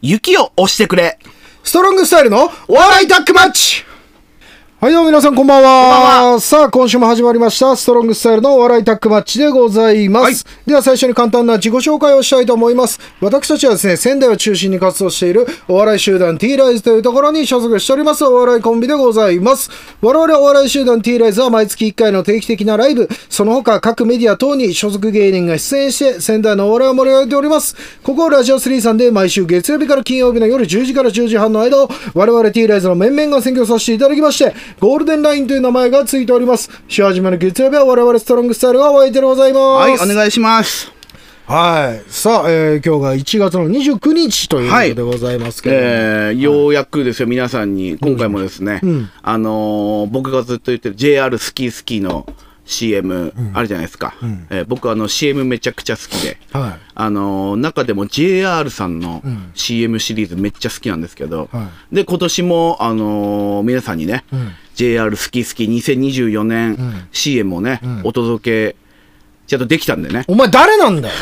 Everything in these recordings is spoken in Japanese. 雪を押してくれ。ストロングスタイルのお笑いタッグマッチはいどうも皆さんこんばんはこんばんさあ今週も始まりましたストロングスタイルのお笑いタッグマッチでございます、はいでは最初に簡単な自己紹介をしたいと思います私たちはですね仙台を中心に活動しているお笑い集団 T ライズというところに所属しておりますお笑いコンビでございます我々お笑い集団 T ライズは毎月1回の定期的なライブその他各メディア等に所属芸人が出演して仙台のお笑いを盛り上げておりますここラジオ3さんで毎週月曜日から金曜日の夜10時から10時半の間を我々 T ライズの面々が選挙させていただきましてゴールデンラインという名前がついております週始めの月曜日は我々ストロングスタイルがお相手でございますはい、お願いします。はい。さあ、えー今日が1月の29日というこはといでございますけれども、えー、ようやくですよ、皆さんに、今回もですね、あのー僕がずっと言ってる JR スキースキーの CM、あるじゃないですか。えー僕あの CM めちゃくちゃ好きで、はいあのー中でも JR さんの CM シリーズめっちゃ好きなんですけど、はで、今年も、あのー皆さんにね、JR スキースキー2024年 CM をね、お届け、ちゃんとできたんでね、お前誰なんだよ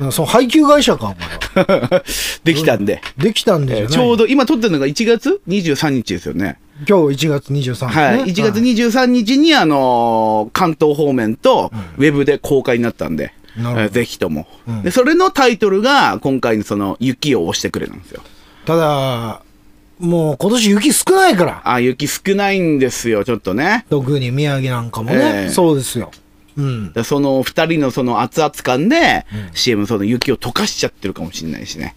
なんかその配給会社か、お前は。 できたんで、できたんでじゃない、ちょうど今撮ってるのが1月23日ですよね。今日1月23日、ね。はい、1月はい23日に、あのー関東方面とウェブで公開になったんで、なるほどえーぜひとも、で。それのタイトルが、今回のその、雪を押してくれなんですよ。ただ、もう今年雪少ないから。あ、雪少ないんですよ、ちょっとね。特に宮城なんかもね。ええそうですよ。うん。でその2人のその熱々感で、CM その雪を溶かしちゃってるかもしれないし ね。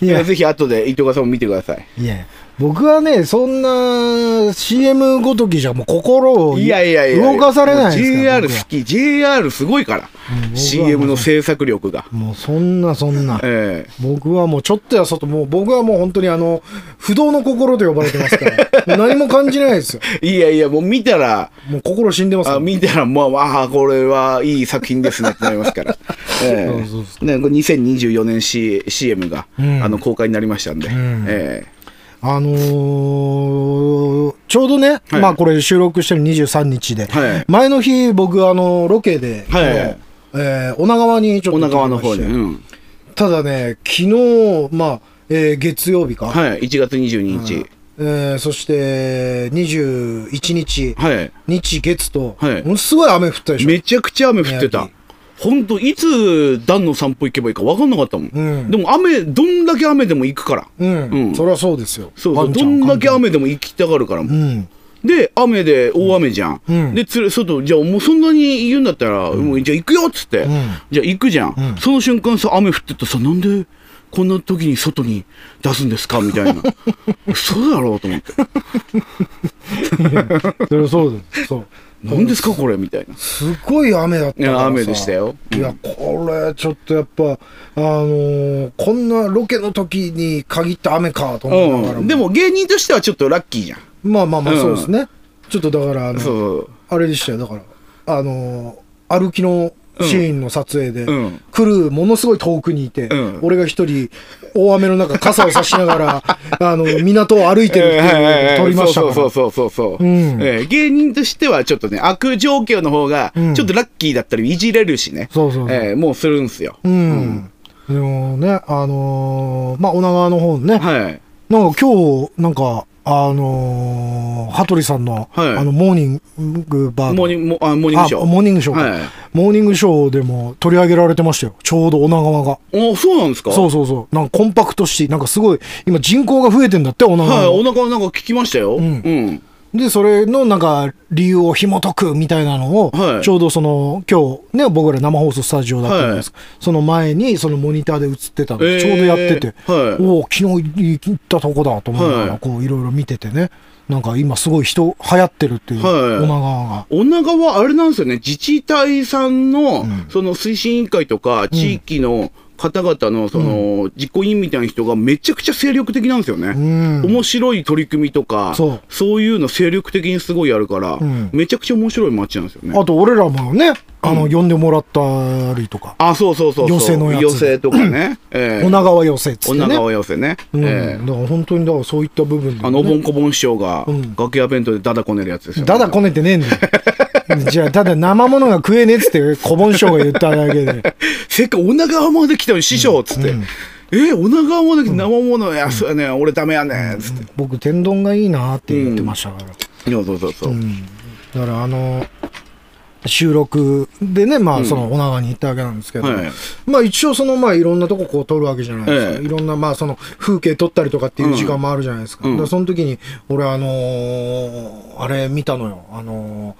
いやぜひ後で伊藤川さんも見てください。いや、僕はね、そんな CM ごときじゃもう心をいやいやいや動かされないですから JR 僕は好き JR すごいから、僕は CM の制作力が、もうそんなそんな。え僕はもうちょっとやそっと、もう僕はもう本当にあの、不動の心と呼ばれてますから、もう何も感じないですよ。えいやいやもう見たらもう心死んでますかあら。見たらもうああこれはいい作品ですねってなります から、ええそうそうね、これ2024年、C、CM が、んあの公開になりましたんで、んえあのーちょうどね、はいまあこれ収録してる23日で、はい前の日僕あの、ロケで、はいあのえー女川にちえょっと女川の行ってきま方に、してうんただね、昨日、まあ、えー月曜日か、はい、1月22日、えーそして21日、はい、日月と、はいものすごい雨降ったでしょ。めちゃくちゃ雨降って宮た城。本当いつ段の散歩行けばいいか分かんなかったもん、うんでも雨どんだけ雨でも行くから、うん、うんそりゃそうですよ。そうそワうンちどゃんだけ関係雨でも行きたがるから、ないうん。で雨で大雨じゃん、うんでつれ外じゃあもうそんなに言うんだったら、もうじゃあ行くよっつって、んじゃあ行くじゃん、その瞬間さ雨降ってたさなんでこんな時に外に出すんですかみたい なそうだろうと思ってそれはそうです。そう。何ですかこれみたい なすごい雨だったからいさや雨でしたようんいや、これ、ちょっとやっぱ、あのーこんなロケの時に限った雨かと思いながら、うんで、も芸人としてはちょっとラッキーじゃんまあまあまあ、うんそうですね。ちょっとだから、あのそうあれでしたよ。だから、あのー歩きのシーンの撮影で、うん来るものすごい遠くにいて、うん俺が一人、大雨の中、傘を差しなが ら、あの、港を歩いてるっていうのを撮りましたから。そうそうそうそうそう、うんえー芸人としてはちょっとね悪状況の方がうんちょっとラッキーだったりいじれるしね、そうそうそうえーもうするんすよ、うん。でもね、あのーまあ、女川の方ね、はいなんか今日、なんか、あのー羽鳥さんの、はいあの、モーニングバーモーニング、モあモーニングショー。あ、モーニングショーか、はい。モーニングショーでも取り上げられてましたよ。ちょうど女川が。おそうなんですかそうそうそう。なんかコンパクトシティ、なんかすごい、今人口が増えてんだって、女はい、川の、お腹なんか聞きましたよ。うんん。で、それのなんか理由を紐解くみたいなのを、はいちょうどその、今日ね、僕ら生放送スタジオだったんです、その前にそのモニターで映ってたの、えーちょうどやってて、はいおお、昨日行ったとこだと思いながら、はいこういろいろ見ててね、なんか今すごい人流行ってるっていう、はい女川が。女川、あれなんですよね、自治体さんの、その推進委員会とか、地域の方々の、その、実行委員みたいな人がめちゃくちゃ精力的なんですよね。ん面白い取り組みとか、そういうの精力的にすごいやるから、んめちゃくちゃ面白い街なんですよね。あと俺らもね、あの、呼んでもらったりとか、あ、そうそうそうそう。寄席のやつ寄席とかね。ええ女川寄せっつって女ね。川寄席ね。うん、ええだから本当にだからそういった部分で、ね、あの、おぼんこぼん師匠がうん、楽屋弁当でダダこねるやつですよね。だだこねてねえんだよ。じゃあ、ただ生ものが食えねえっつって、小盆師匠が言っただけで。せっかく女川まで来たのに師匠っつって、え女川まで来て生ものや、そうやねん俺ダメやねんっつって、僕、天丼がいいなって言ってましたから。そうそうそうそう、だからあの収録でね、まあ、その、お長に行ったわけなんですけど、はいまあ、一応、その、まあ、いろんなとここう撮るわけじゃないですか。ええいろんな、まあ、その、風景撮ったりとかっていう時間もあるじゃないですか。うんだからその時に、俺、あのーあれ見たのよ。あの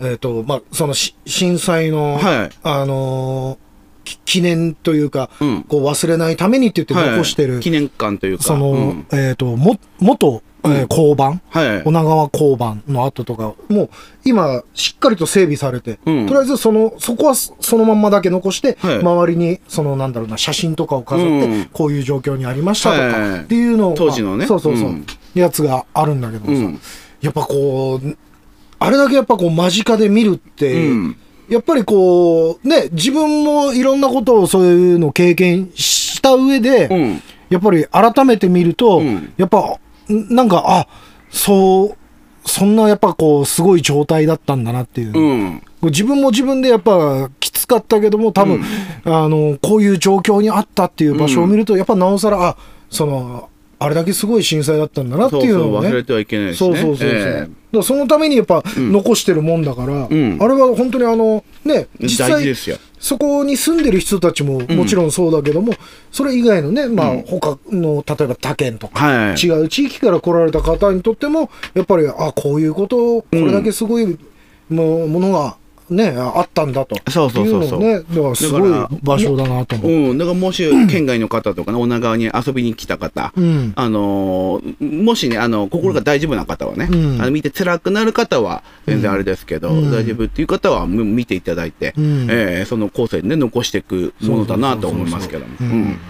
ーえっ、と、まあ、そのし、震災の、はいあのーき記念というか、うんこう、忘れないためにって言って残してる、はい記念館というかその、うんえっ、と、も、元、えー交番、はい女川交番の後とか、もう今、しっかりと整備されて、うんとりあえずその、そこはそそのまんまだけ残して、はい周りに、そのなんだろうな、写真とかを飾って、うんこういう状況にありましたとはいか、っていうのを、当時のねそうそうそう、うんやつがあるんだけどさ、うんやっぱこう、あれだけやっぱこう間近で見るって、うんやっぱりこう、ね、自分もいろんなことをそういうのを経験した上で、うんやっぱり改めて見ると、うんやっぱ、んなんか、あ、そう、そんなやっぱこう、すごい状態だったんだなっていう。うん自分も自分でやっぱきつかったけども、多分、あの、こういう状況にあったっていう場所を見ると、やっぱなおさら、あ、その、あれだけすごい震災だったんだなってそういうそのうをね。忘れてはいけないですそうねそうそうそう。だえからそのためにやっぱ残してるもんだから、んあれは本当にあの、ね、え実大際事、ですよそこに住んでる人たちももちろんそうだけども、それ以外のね、まあ、他の、例えば他県とか、はい違う地域から来られた方にとっても、やっぱり、あ、こういうことを、これだけすごい、もうものが、ね、あったんだと。そうそうそうそういうのをね、だからすごいだから場所だなと思う。うん、だからもし県外の方とかね、女川に遊びに来た方、うんあのーもしね、あの心が大丈夫な方はね、うんあの見て辛くなる方は全然あれですけど、うん大丈夫っていう方はむ見ていただいて、うんえーその後世にね残していくものだなと思いますけども。ううんんだか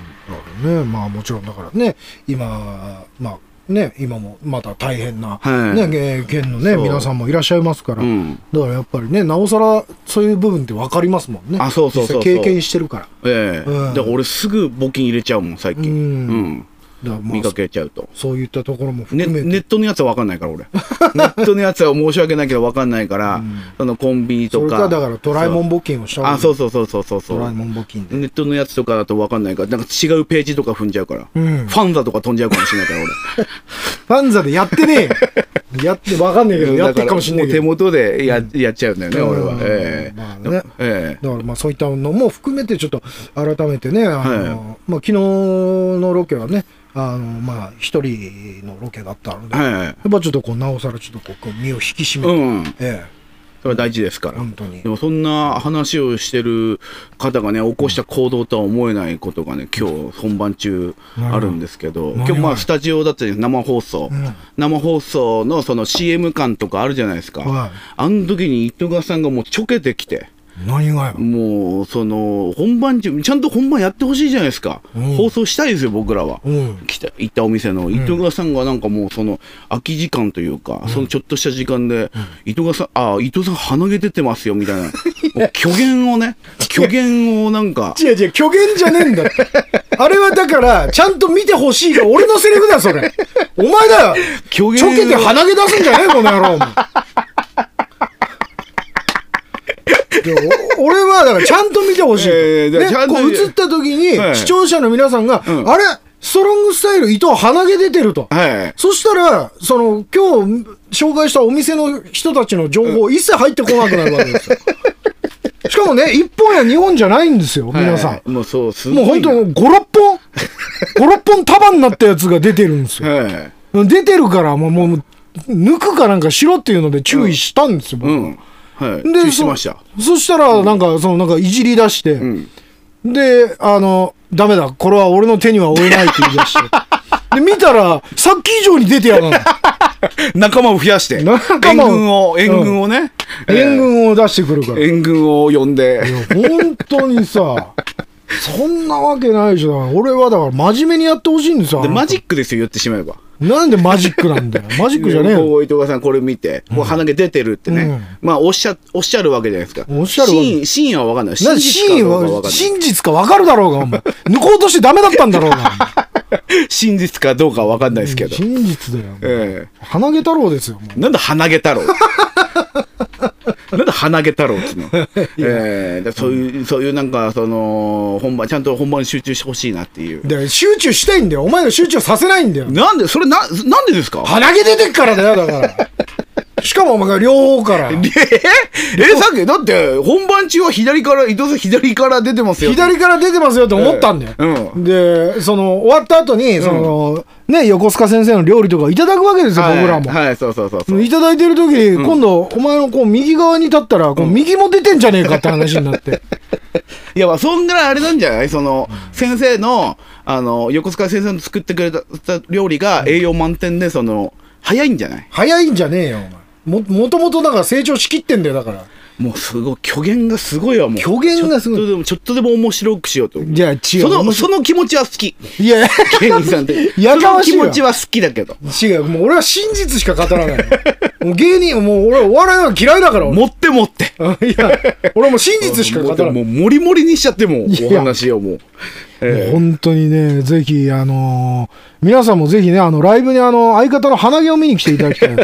らね、まあもちろんだからね、今、まあ、ね、今もまた大変な、はいね、えー県のね、そう皆さんもいらっしゃいますから、うんだからやっぱりね、なおさらそういう部分って分かりますもんね。あそうそうそうそう実際経験してるから。ええうんだから俺すぐ募金入れちゃうもん最近、うんうんだからま見あか、けちゃうと。そういったところもね含めて。ネットのやつは分かんないから俺 ネットのやつは申し訳ないけど分かんないから、そのコンビニそとれかか、だからドラえもん募金をした方がいあいそうそうそうそうそうそうドラえもん募金で。ネットのやつとかだと分かんないから、なんか違うページとか踏んじゃうから、うんファンザとか飛んじゃうかもしれないから、ファンザでやってねえよやって、分かんないけ俺。ど、 やってるかもしんないけど。もう手元でや,、やっちゃうんだよね、うん俺は。ええまあねええだからまあそういったのも含めてちょっと改めてね、あのまあ、昨日のロケはね、あのまあ一人のロケだったので、やはい。っぱちょっとこうなおさらちょっとこう身を引き締めうて、ん。えそれは大事ですかえ、ら。本当にで。もそんな話をしてる方がね、起こした行動とは思えないことがね、今日本番中あるんですけど、今日まあスタジオだったり生放送、生放送のその CM 感とかあるじゃないですか。はいあの時に糸川さんがもうちょけてきて、何がよ。もう、その、本番中、ちゃんと本番やってほしいじゃないですか。うん放送したいですよ、僕らは。うん。来た行ったお店の糸川さんがなんかもうその空き時間というか、そのちょっとした時間で、糸川さん、ああ、伊藤さん鼻毛出てますよみたいな、 もう虚言をね、虚言をなん か、違う違う、虚言じゃねえんだって。あれはだから、ちゃんと見てほしいが、俺のセリフだよ、それ。お前だよ。ちょ虚言けて鼻毛出すんじゃねえ、この野郎。お前でお俺は、だから、ちゃんと見てほしいと。えーだからちゃね、んとこう映った時に、はい視聴者の皆さんが、んあれ、ストロングスタイル、伊藤鼻毛出てると。はい。そしたら、その、今日紹介したお店の人たちの情報、一切入ってこなくなるわ けですよ。しかもね、1本や2本じゃないんですよ、皆さはいもうそう、すん。ごもうい本な。当に5、6本、5、6本束になったやつが出てるんですよ。はい。出てるから、もう、もう、抜くかなんかしろっていうので注意したんですよ、僕うん。はい。で注意しました。そそしたらなんか、そのなんかいじり出して、であのダメだこれは俺の手には負えないって言い出してで見たらさっき以上に出てやがる仲間を増やして、援仲間を軍を、援軍をね、援軍を出してくるからい援軍を呼んで。や本当にさそんなわけないじゃん俺はだから真面目にやってほしいんですよであなたマジックですよ、言ってしまえば。なんでマジックなんだよマジックじゃねえよこう伊藤さん、これ見て、もう鼻毛出てるってね、うんまあおっしゃ、おっしゃるわけじゃないですか。おっしゃるわけシーン、シーンは分かんない。なんで真真実意かどうかは分かはんない。真実か分かるだろうがお前抜こうとしてダメだったんだろうが 真実かどうかは分かんないですけど。真実だよええ鼻毛太郎ですよもうなんだ鼻毛太郎なんで鼻毛太郎っつうの、 えーでそういう、そういうなんか、その、本番、ちゃんと本番に集中してほしいなっていう。で集中したいんだよお前ら集中させないんだよなんで、それな、なんでですか鼻毛出てっからだよだからしかもお前が両方からええさっき、だって、本番中は左から、伊藤さん左から出てますよ。左から出てますよって思ったんだよ、うでその終わった後にその、ね横須賀先生の料理とかいただくわけですよ、はい僕らも、はい、そうそうそうそう。いただいてる時に、今度お前のこう右側に立ったらこう右も出てんじゃねえかって話になって いや、まあ、そんぐらいあれなんじゃないその、先生の、あの、横須賀先生の作ってくれた料理が栄養満点で、その、早いんじゃない早いんじゃねえよお前ももともとだから成長しきってんだよだからもうすごい、虚言がすごいわ、もう。虚言がすごいちょっとでも、ちょっとでも面白くしようと。いや違うその、その気持ちは好き。いや ケニーさんって。やかましいそのわ気持ちは好きだけど。違うもう俺は真実しか語 らないもう芸人もう俺はお笑いは嫌いだから俺持って持って。 いや俺はもう真実しか語らないもう、もりもりにしちゃって、もう、いやお話をもう。ええ本当にね、ぜひ、あのー皆さんもぜひね、あの、ライブにあの、相方の鼻毛を見に来ていただき たい。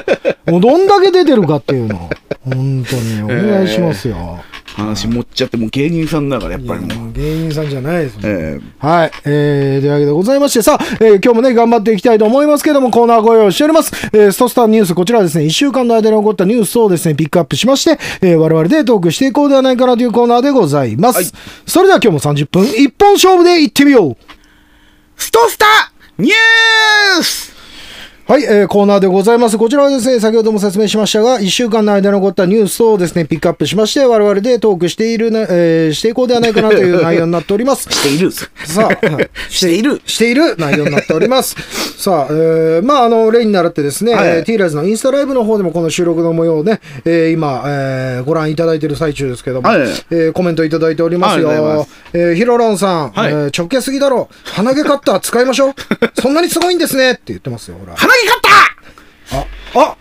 もうどんだけ出てるかっていうの。本当に、お願いしますよ。話持っちゃって、もう芸人さんだから、やっいぱやりもう。もう芸人さんじゃないですもんええはい。えー、というわけでございまして、さあ、えー今日もね、頑張っていきたいと思いますけども、コーナーご用意しております。えー、ストスターニュース、こちらはですね、1週間の間に起こったニュースをですね、ピックアップしまして、えー我々でトークしていこうではないかなというコーナーでございます。はいそれでは今日も30分、一本勝負でいってみようストスターニュースはい、えーコーナーでございます。こちらはですね、先ほども説明しましたが、1週間の間に起こったニュースをですね、ピックアップしまして、我々でトークしているな、えーしていこうではないかなという内容になってお ります。している。さあ、はいしている。している内容になっております。さあ、えーまあ、あの、例に習ってですね、はいえーティーライズのインスタライブの方でもこの収録の模様をね、えー今、えーご覧いただいている最中ですけども、はいえーコメントいただいておりますよ。ありがとうございまえーヒロロンさん、はいえー直径すぎだろ。鼻毛カッター使いましょう。そんなにすごいんですねって言ってますよ、ほら。鼻毛カあ、あ、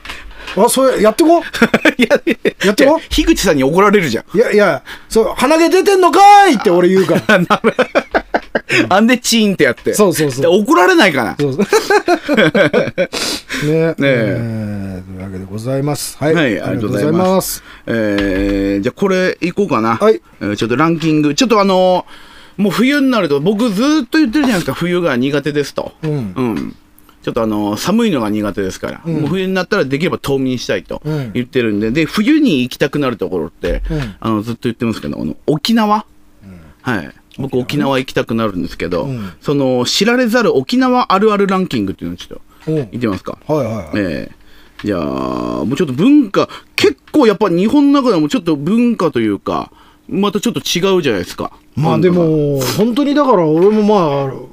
あ、それ、やってこう。ッタ ーいや、やってよ樋口さんに怒られるじゃん。いやいや、そう、鼻毛出てんのかーいって俺言うから。あんでチーンってやって。 そうそうそうで怒られないかな。 そうそうえねえーというわけでございます。はい、はい、ありがとうございありがとうございまますす。。えー、じゃあこれいこうかな。はいえーちょっとランキング。ちょっとあのーもう冬になると、僕ずーっと言ってるじゃないですか、冬が苦手ですと。うんちょっとあのー寒いのが苦手ですから、もう冬になったらできれば冬眠したいとうん言ってるんで、で、冬に行きたくなるところって、うんあの、ずっと言ってますけど、あの、沖縄、はい。僕沖縄行きたくなるんですけど、うんその、知られざる沖縄あるあるランキングっていうのをちょっと、うん言ってますか。はいはいはい。ええいやーもうちょっと文化、結構やっぱ日本の中でもちょっと文化というか、またちょっと違うじゃないですか。まあで文化が、も、本当にだから俺も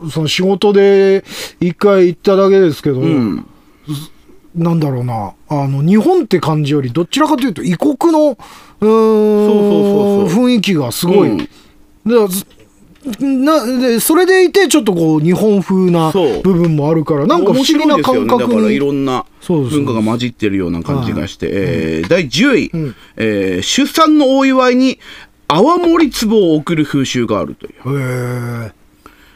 まあ、その仕事で一回行っただけですけど、うん。なんだろうな、あの、日本って感じより、どちらかというと異国の、うそうそーんうそうそ雰囲気がすごい。うんだからずなでそれでいてちょっとこう日本風なそう部分もあるからなんか不思議な面白いですよ感覚ねだからにいろんなそうです文化が混じってるような感じがして、えー第10位、んえー出産のお祝いに泡盛壺を贈る風習があるという。へえ。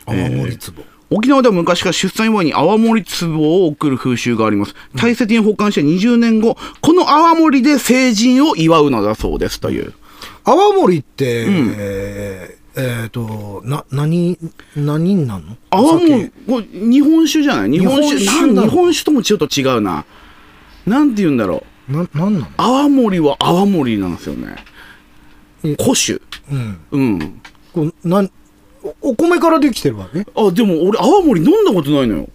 泡盛壺。沖縄では昔から出産祝いに泡盛壺を贈る風習があります。大切に保管して20年後、この泡盛で成人を祝うのだそうですという。泡盛って、えーえーと、な、何、何になんの泡お酒盛、これ日本酒じゃない日本酒日な本酒んなの日本酒ともちょっと違うな。なんて言うんだろう。な、なんなの泡盛は泡盛なんですよねえ。古酒。うん。うん。こう、なん、おお米からできてるわけあれあ、でも俺泡盛飲んだことないのよ。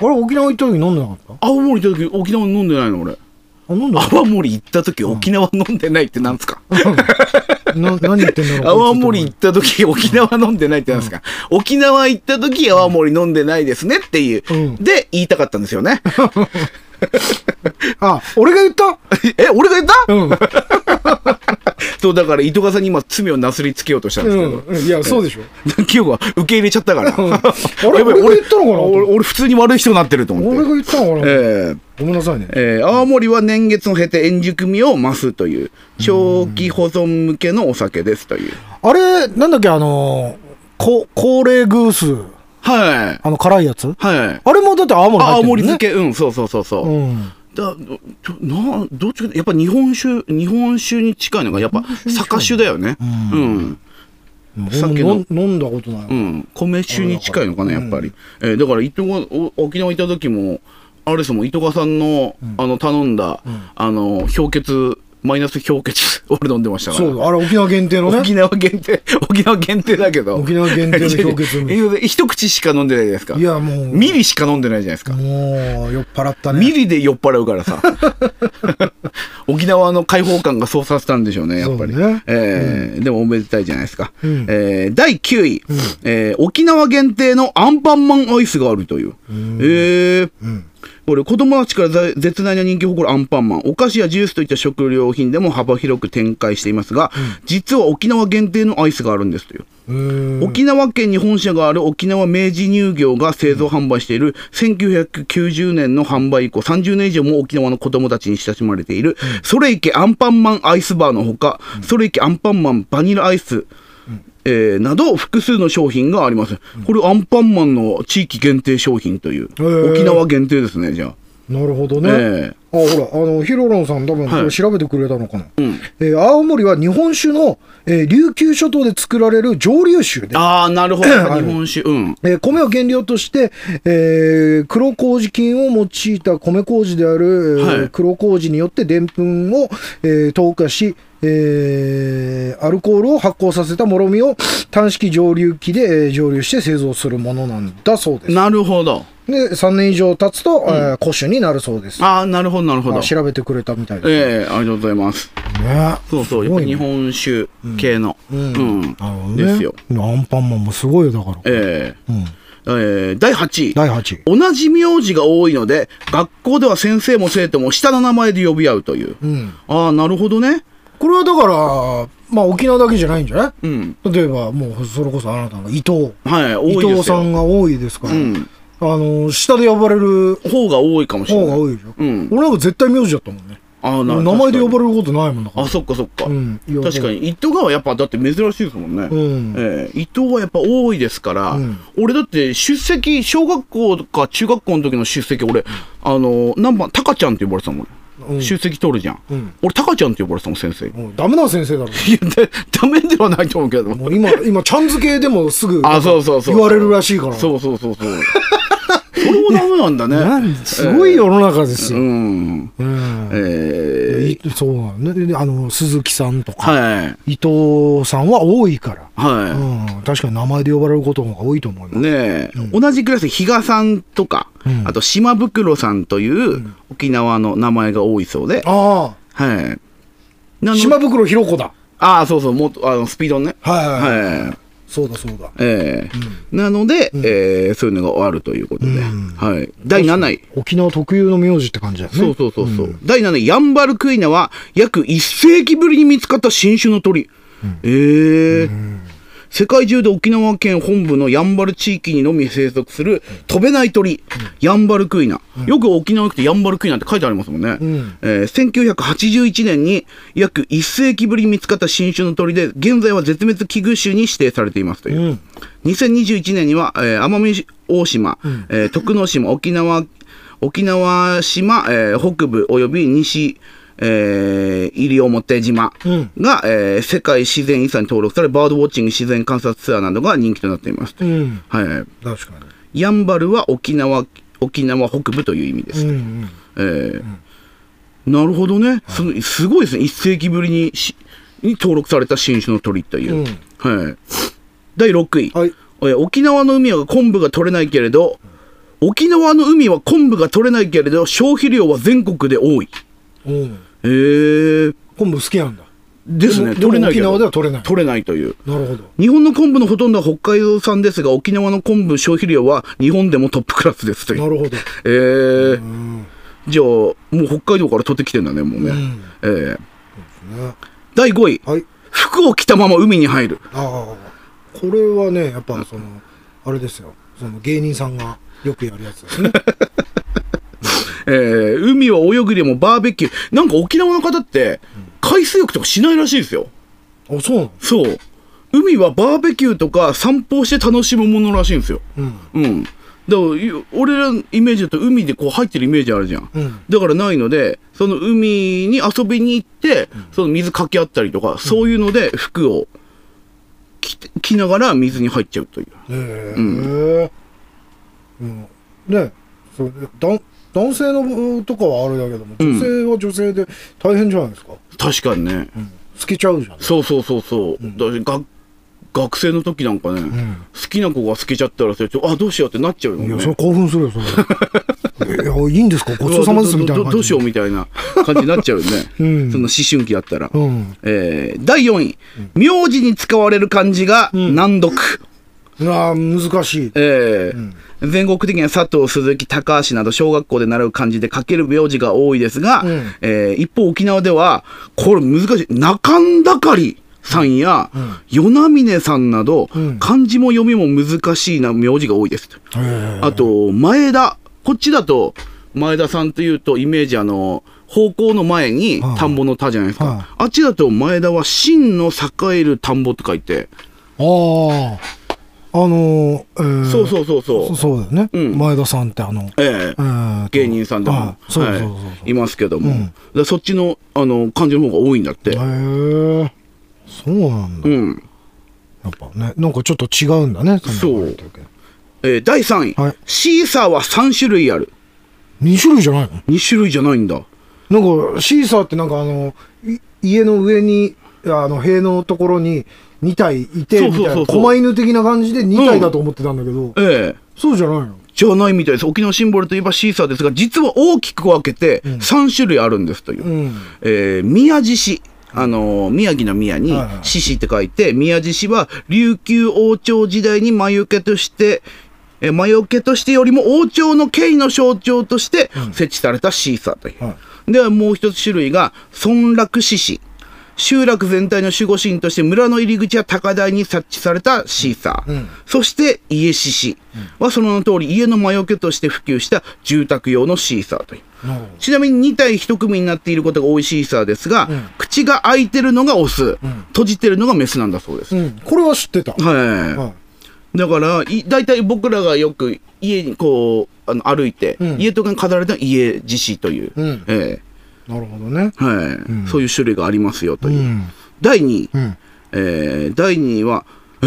沖縄行った時飲んでなかった泡盛行った時沖縄飲んでないの俺。あ、飲んだ泡盛行った時沖縄飲んでないってなんですか、な、何言ってんだろう。泡盛行った時沖縄飲んでないってなんですか、沖縄行った時泡盛飲んでないですねっていう。うんで、言いたかったんですよ ね。あ、俺が言ったえ、俺が言った、うん。そう、だから、糸川さんに今、罪をなすりつけようとしたんですけど。うん。いや、そうでしょ。 キヨが受け入れちゃったから。んあれやばい俺が言ったのかな俺、俺普通に悪い人になってると思俺って。が言ったのかなええごめんなさいね。えー、泡盛は年月を経て円熟味を増すという、長期保存向けのお酒ですという。あれ、なんだっけ、あのー、こ、高齢グース、はい。あの、辛いやつはい。あれもだって泡盛入あ泡ってるもん盛ね。漬け、うん、そうそうそうそう。うん。だちょなどっちかやっぱ日本酒日本酒に近いのがやっぱ酒酒だよねううん、俺さっきもの飲ん飲んだことないわ、うん、米酒に近いのかなやっぱり、えーだから伊藤がお沖縄行った時もあれですもん伊藤さんの,、あの頼んだ、あの氷結マイナス氷結 俺飲んでましたからそうあれ沖縄限定のね沖縄限定、沖縄限定だけど。沖縄限定の氷結 梅いや一口しか飲んでないじゃないですか。いやもうミリしか飲んでないじゃないですか。もう酔っ払ったねミリで酔っ払うから さ。沖縄の開放感がそうさせたんでしょうね、やっぱり。そうねえーでもおめでたいじゃないですか。うんえー第9位、えー沖縄限定のアンパンマンアイスがあるという。えーこれ子供たちからざ絶大な人気を誇るアンパンマンお菓子やジュースといった食料品でも幅広く展開していますが、実は沖縄限定のアイスがあるんですといううーん沖縄県に本社がある沖縄明治乳業が製造販売している1990年の販売以降30年以上も沖縄の子供たちに親しまれている、それいけアンパンマンアイスバーのほか、それいけアンパンマンバニラアイス、えーなど複数の商品があります、これアンパンマンの地域限定商品という、ー沖縄限定ですねじゃあ、なるほどね、えあほらあのヒロロンさん多分はいこれ調べてくれたのかな、えー青森は日本酒の、えー琉球諸島で作られる蒸留酒でー、ああなるほど日本酒うんえー米を原料として、えー黒麹菌を用いた米麹である、えーはい黒麹によってでんぷんを、えー糖化し、えーアルコールを発酵させたもろみを単式蒸留機で、えー蒸留して製造するものなんだそうです。なるほどで3年以上経つと、えー古酒になるそうです。ああなるほどなるほどあ調べてくれたみたいです、ね。ええありがとうございますそうそう、すやっごぱいね日本酒系の。うんん。なるほどねですよ。アンパンマンもすごいよだから。ええうん、ええ第8位。第8位。同じ名字が多いので、学校では先生も生徒も下の名前で呼び合うという。うんああ、なるほどね。これはだから、まあ沖縄だけじゃないんじゃない、うん。例えばもうそれこそあなたの伊藤はい、多い伊ですよ。藤さんが多いですから、うんあの下で呼ばれる方が多いかもしれ方ながい。多いでしょ、うん。俺なんか絶対名字だったもんねああ、な俺る名前で呼ばれれることないもんだからあ、そっかそっか。うんいや確かに。伊藤川やっぱ、だって珍しいですもんね。うんええ伊藤はやっぱ多いですから、うん俺だって出席、小学校とか中学校の時の出席、俺、あの、何番、タカちゃんって呼ばれてたもん、俺うん出席取るじゃん。うん俺、タカちゃんって呼ばれてたもん、先生に。 もうダメな先生だろいや、だダメではないと思うけど。も う今今ちゃん付けでもすぐあ、そうそうそう。言われるらしいからそうそうそうそう。 それもダメなんだね。なんすごい世の中ですえー。よ、うん。うんえー、いそうなのねであの鈴木さんとか、はい。伊藤さんは多いから、はい。うん、確かに名前で呼ばれることの方が多いと思います、ねえ、同じクラス、比嘉さんとか、うんあと島袋さんという沖縄の名前が多いそうで、あはい。なあの島袋ひろ子だああ、そうそう、もっと、あの、スピードね。はいはい、はいはい。そうだそうだ。ええなので、ええそういうのがあるということで、うんはい。第7位。沖縄特有の名字って感じだよね。そうそうそうそう、第7位、ヤンバルクイナは約1世紀ぶりに見つかった新種の鳥。ええ世界中で沖縄県本部のやんばる地域にのみ生息する飛べない鳥、やん、ヤンバルクイナ、よく沖縄行くとヤンバルクイナって書いてありますもんね、んえー1981年に約1世紀ぶりに見つかった新種の鳥で現在は絶滅危惧種に指定されていますという、うん2021年には、えー奄美大島、えー徳之島沖縄沖縄島、えー北部および西、えー、西表島うんが、えー世界自然遺産に登録されバードウォッチング自然観察ツアーなどが人気となっています、うん。は確かい、やんばるは沖縄沖縄北部という意味です、に。うんえーなるほどね、そのすごいですね一世紀ぶりにしに登録された新種の鳥という、はい、第6位、うん。はい。えー沖縄の海は昆布が取れないけれど沖縄の海は昆布が取れないけれど消費量は全国で多いうん。へえ昆布好きなんだ。ですねでも取れないけど沖縄では取れない取れないというなるほど。日本の昆布のほとんどは北海道産ですが沖縄の昆布消費量は日本でもトップクラスですといなうるほど。えーじゃあもう北海道から取ってきてんだねもうね、うんえーね第5位はい。服を着たまま海に入るああ。これはね、やっぱその、あれですよ。その芸人さんがよくやるやつ ですね。えー海は泳ぐでもバーベキューなんか沖縄の方って海水浴とかしないらしいですよあ、そうなのそう海はバーベキューとか散歩して楽しむものらしいんですようん。うんだからい俺らのイメージだと海でこう入ってるイメージあるじゃん、うんだからないのでその海に遊びに行ってその水かけ合ったりとか、そういうので服を着て着ながら水に入っちゃうというへえ、うんねそうだ男性のとかはあれだけどもん女性は女性で大変じゃないですか、確かにね、好きちゃうじゃんそうそうそうそう、だしが学生の時なんかね、好きな子が好きちゃったらそれちょあどうしようってなっちゃうよねいやそれ興奮するよそれ いやいいんですかごちそうさまですみたいなどどどどうしようみたいな感じになっちゃうよね、 うんその思春期だったら、うんえー第4位、名字に使われる漢字が難読、うああ難しいえー全国的には佐藤、鈴木、高橋など小学校で習う漢字で書ける名字が多いですが、うんえー一方沖縄ではこれ難しい中んだかりさんや、与那嶺さんなど、うん漢字も読みも難しいな名字が多いですと、へえあと前田こっちだと前田さんというとイメージあの方向の前にはい田んぼの田じゃないですか、はいあっちだと前田は真の栄える田んぼって書いて、あああのーえーそうそうそうそうそそうだよね、うん前田さんってあの、えええーと芸人さんでも、あそうそうそうそう、はい、いますけども、うんだからそっちのあの感じの方が多いんだって、へえそうなんだ、うんやっぱねなんかちょっと違うんだねそうえー第3位、はいシーサーは3種類ある2種類じゃないの2種類じゃないんだなんかシーサーってなんかあのい家の上にあの塀のところに2体いてそうみそうたいそなうそう狛犬的な感じで2体だと思ってたんだけど、ええそうじゃないのじゃないみたいです沖縄シンボルといえばシーサーですが実は大きく分けて3種類あるんですという、うんえー宮地市あのー宮城の宮にはいはい獅子って書いて、宮地市は琉球王朝時代に魔除けとして、えー魔除けとしてよりも王朝の権威の象徴として設置されたシーサーという。はではもう一つ種類が、村落獅子。集落全体の守護神として村の入り口や高台に設置されたシーサー、うんそして家獅子はその名の通り家の魔除けとして普及した住宅用のシーサーという。なるほちなみに2体1組になっていることが多いシーサーですが、ん口が開いてるのがオス、閉じてるのがメスなんだそうです。ど、うん、これは知ってた、はい、はだからい大体僕らがよく家にこうあの歩いて、うん家とかに飾られた家獅子という、うんえい、なるほどねえはいそういう種類がありますよとういう。ん第2位、うんえー第2位はえ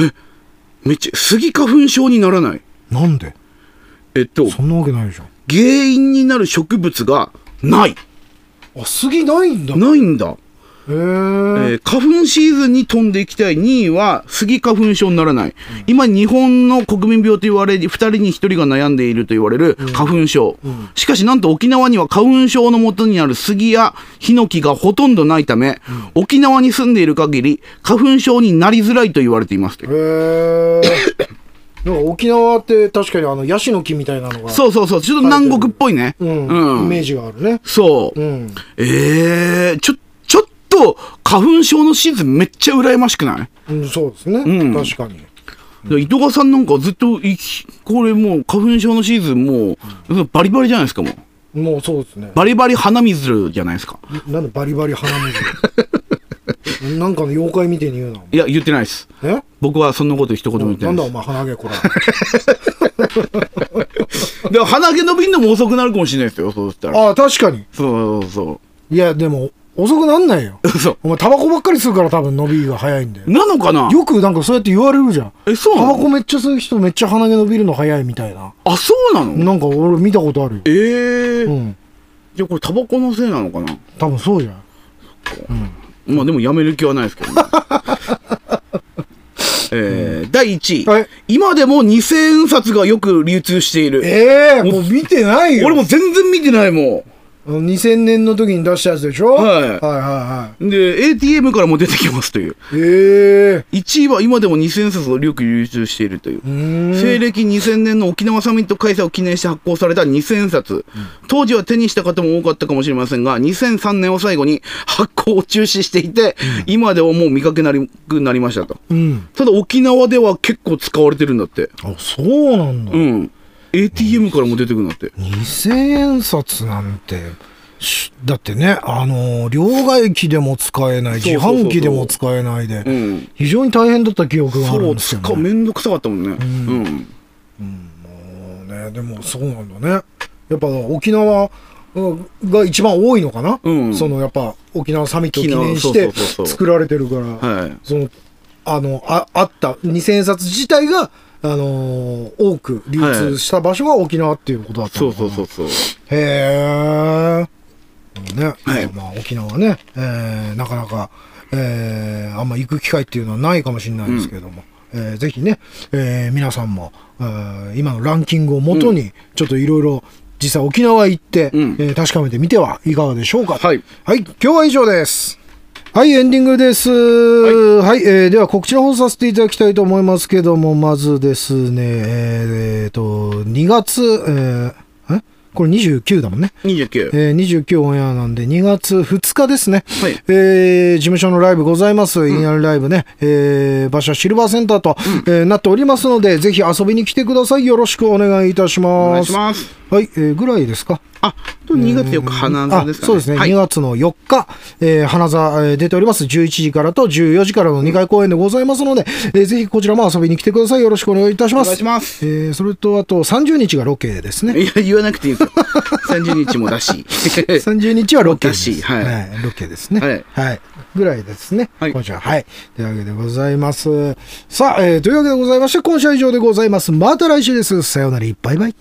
めっちゃスギ花粉症にならないなんでえっとそんなわけないでしょ原因になる植物がないあ杉ないんだへないんだ。ええー花粉シーズンに飛んでいきたい2位はスギ花粉症にならない、今日本の国民病と言われ2人に1人が悩んでいると言われる花粉症、しかしなんと沖縄には花粉症の元になるスギやヒノキがほとんどないため、沖縄に住んでいる限り花粉症になりづらいと言われています、へえなんか沖縄って確かにあのヤシの木みたいなのがそうそうそうちょっと南国っぽいねうんイメージがあるねそう、うんえー、ちょちょっと花粉症のシーズンめっちゃ羨ましくないうん、そうですね、ん確かにで糸川さんなんかずっといきこれもう花粉症のシーズンもうバリバリじゃないですかもうもうそうですねバリバリ鼻水じゃないですかなんでバリバリ鼻水 なんかの妖怪みてえに言うないや言ってないですえ僕はそんなこと一言も言ってなないんでだおす前鼻毛こらでも鼻毛伸びんのも遅くなるかもしれないですよそうしたらああ確かにそうそうそいやでも遅くなんないようそお前タバコばっかり吸うから多分伸びが早いんだようなのかなよくなんかそうやって言われるじゃんえそうタなバコのめっちゃ吸う人めっちゃ鼻毛伸びるの早いみたいなあそうなのなんか俺見たことあるよええうーんじゃあこれタバコのせいなのかな多分そうじゃんまあでもやめる気はないですけ どねえー、第1位、はい今でも2000円札がよく流通しているええもう見てないよ俺も全然見てないもあの2000年の時に出したやつでしょはいはいはん。で、ATM からも出てきますという。いはいええ1位は今でも2000冊がよく流通しているという。ー、西暦2000年の沖縄サミット開催を記念して発行された2000冊。当時は手にした方も多かったかもしれませんが、2003年を最後に発行を中止していて、今ではもう見かけなりくなりましたと。うんただ沖縄では結構使われてるんだって。あそうなんだうん。ATM からも出てくるんだって。 2000円札なんてしだってねあのー両替機でも使えないそうそう自そうそう販機でも使えないでうん。非常に大変だった記憶があるそんう、ですつよか、ねめんどくさかったもんね。うん。もうねねでもそうなんだねやっぱ沖縄うんが一番多いのかな、うんそのやっぱ沖縄サミットを記沖縄念してそうそうそうそう作られてるからはいそのあのああった2000円札自体が、あのー多く流通した場所が沖縄っていうことだったそのうかな、そうそうそうへえ。ね、はいまあ沖縄ね、えーなかなか、えーあんま行く機会っていうのはないかもしれないですけれども、えーぜひね、えー皆さんも、えー今のランキングをもとに、ちょっといろいろ実際沖縄行って、うんえー確かめてみてはいかがでしょうか。はい。はい、今日は以上です。はい、エンディングです。はい、えーでは告知の方させていただきたいと思いますけども、まずですね、えーえーと、2月、えーえこれ29だもんね。 29えー29オンエアなんで、2月2日ですね。はいえー事務所のライブございます。インアンライブね。えー場所はシルバーセンターと、えーなっておりますので、ぜひ遊びに来てください。よろしくお願いいたします。お願いしますはい、えーぐらいですか。あと2月4日花座ですかあそうですね、はい2月の4日、えー花座、えー出ております11時からと14時からの2回公演でございますので、えーぜひこちらも遊びに来てくださいよろしくお願いいたしまおす願いしますえーそれとあと30日がロケです ねいや言わなくていいんですよ30日もだ し30日はロケですロケだしはいロケですね。はいぐらいですね。はい今週は。はい。というわけでございます。さあ、えーというわけでございまして、今週は以上でございます。また来週です。さようなら。バイバイ。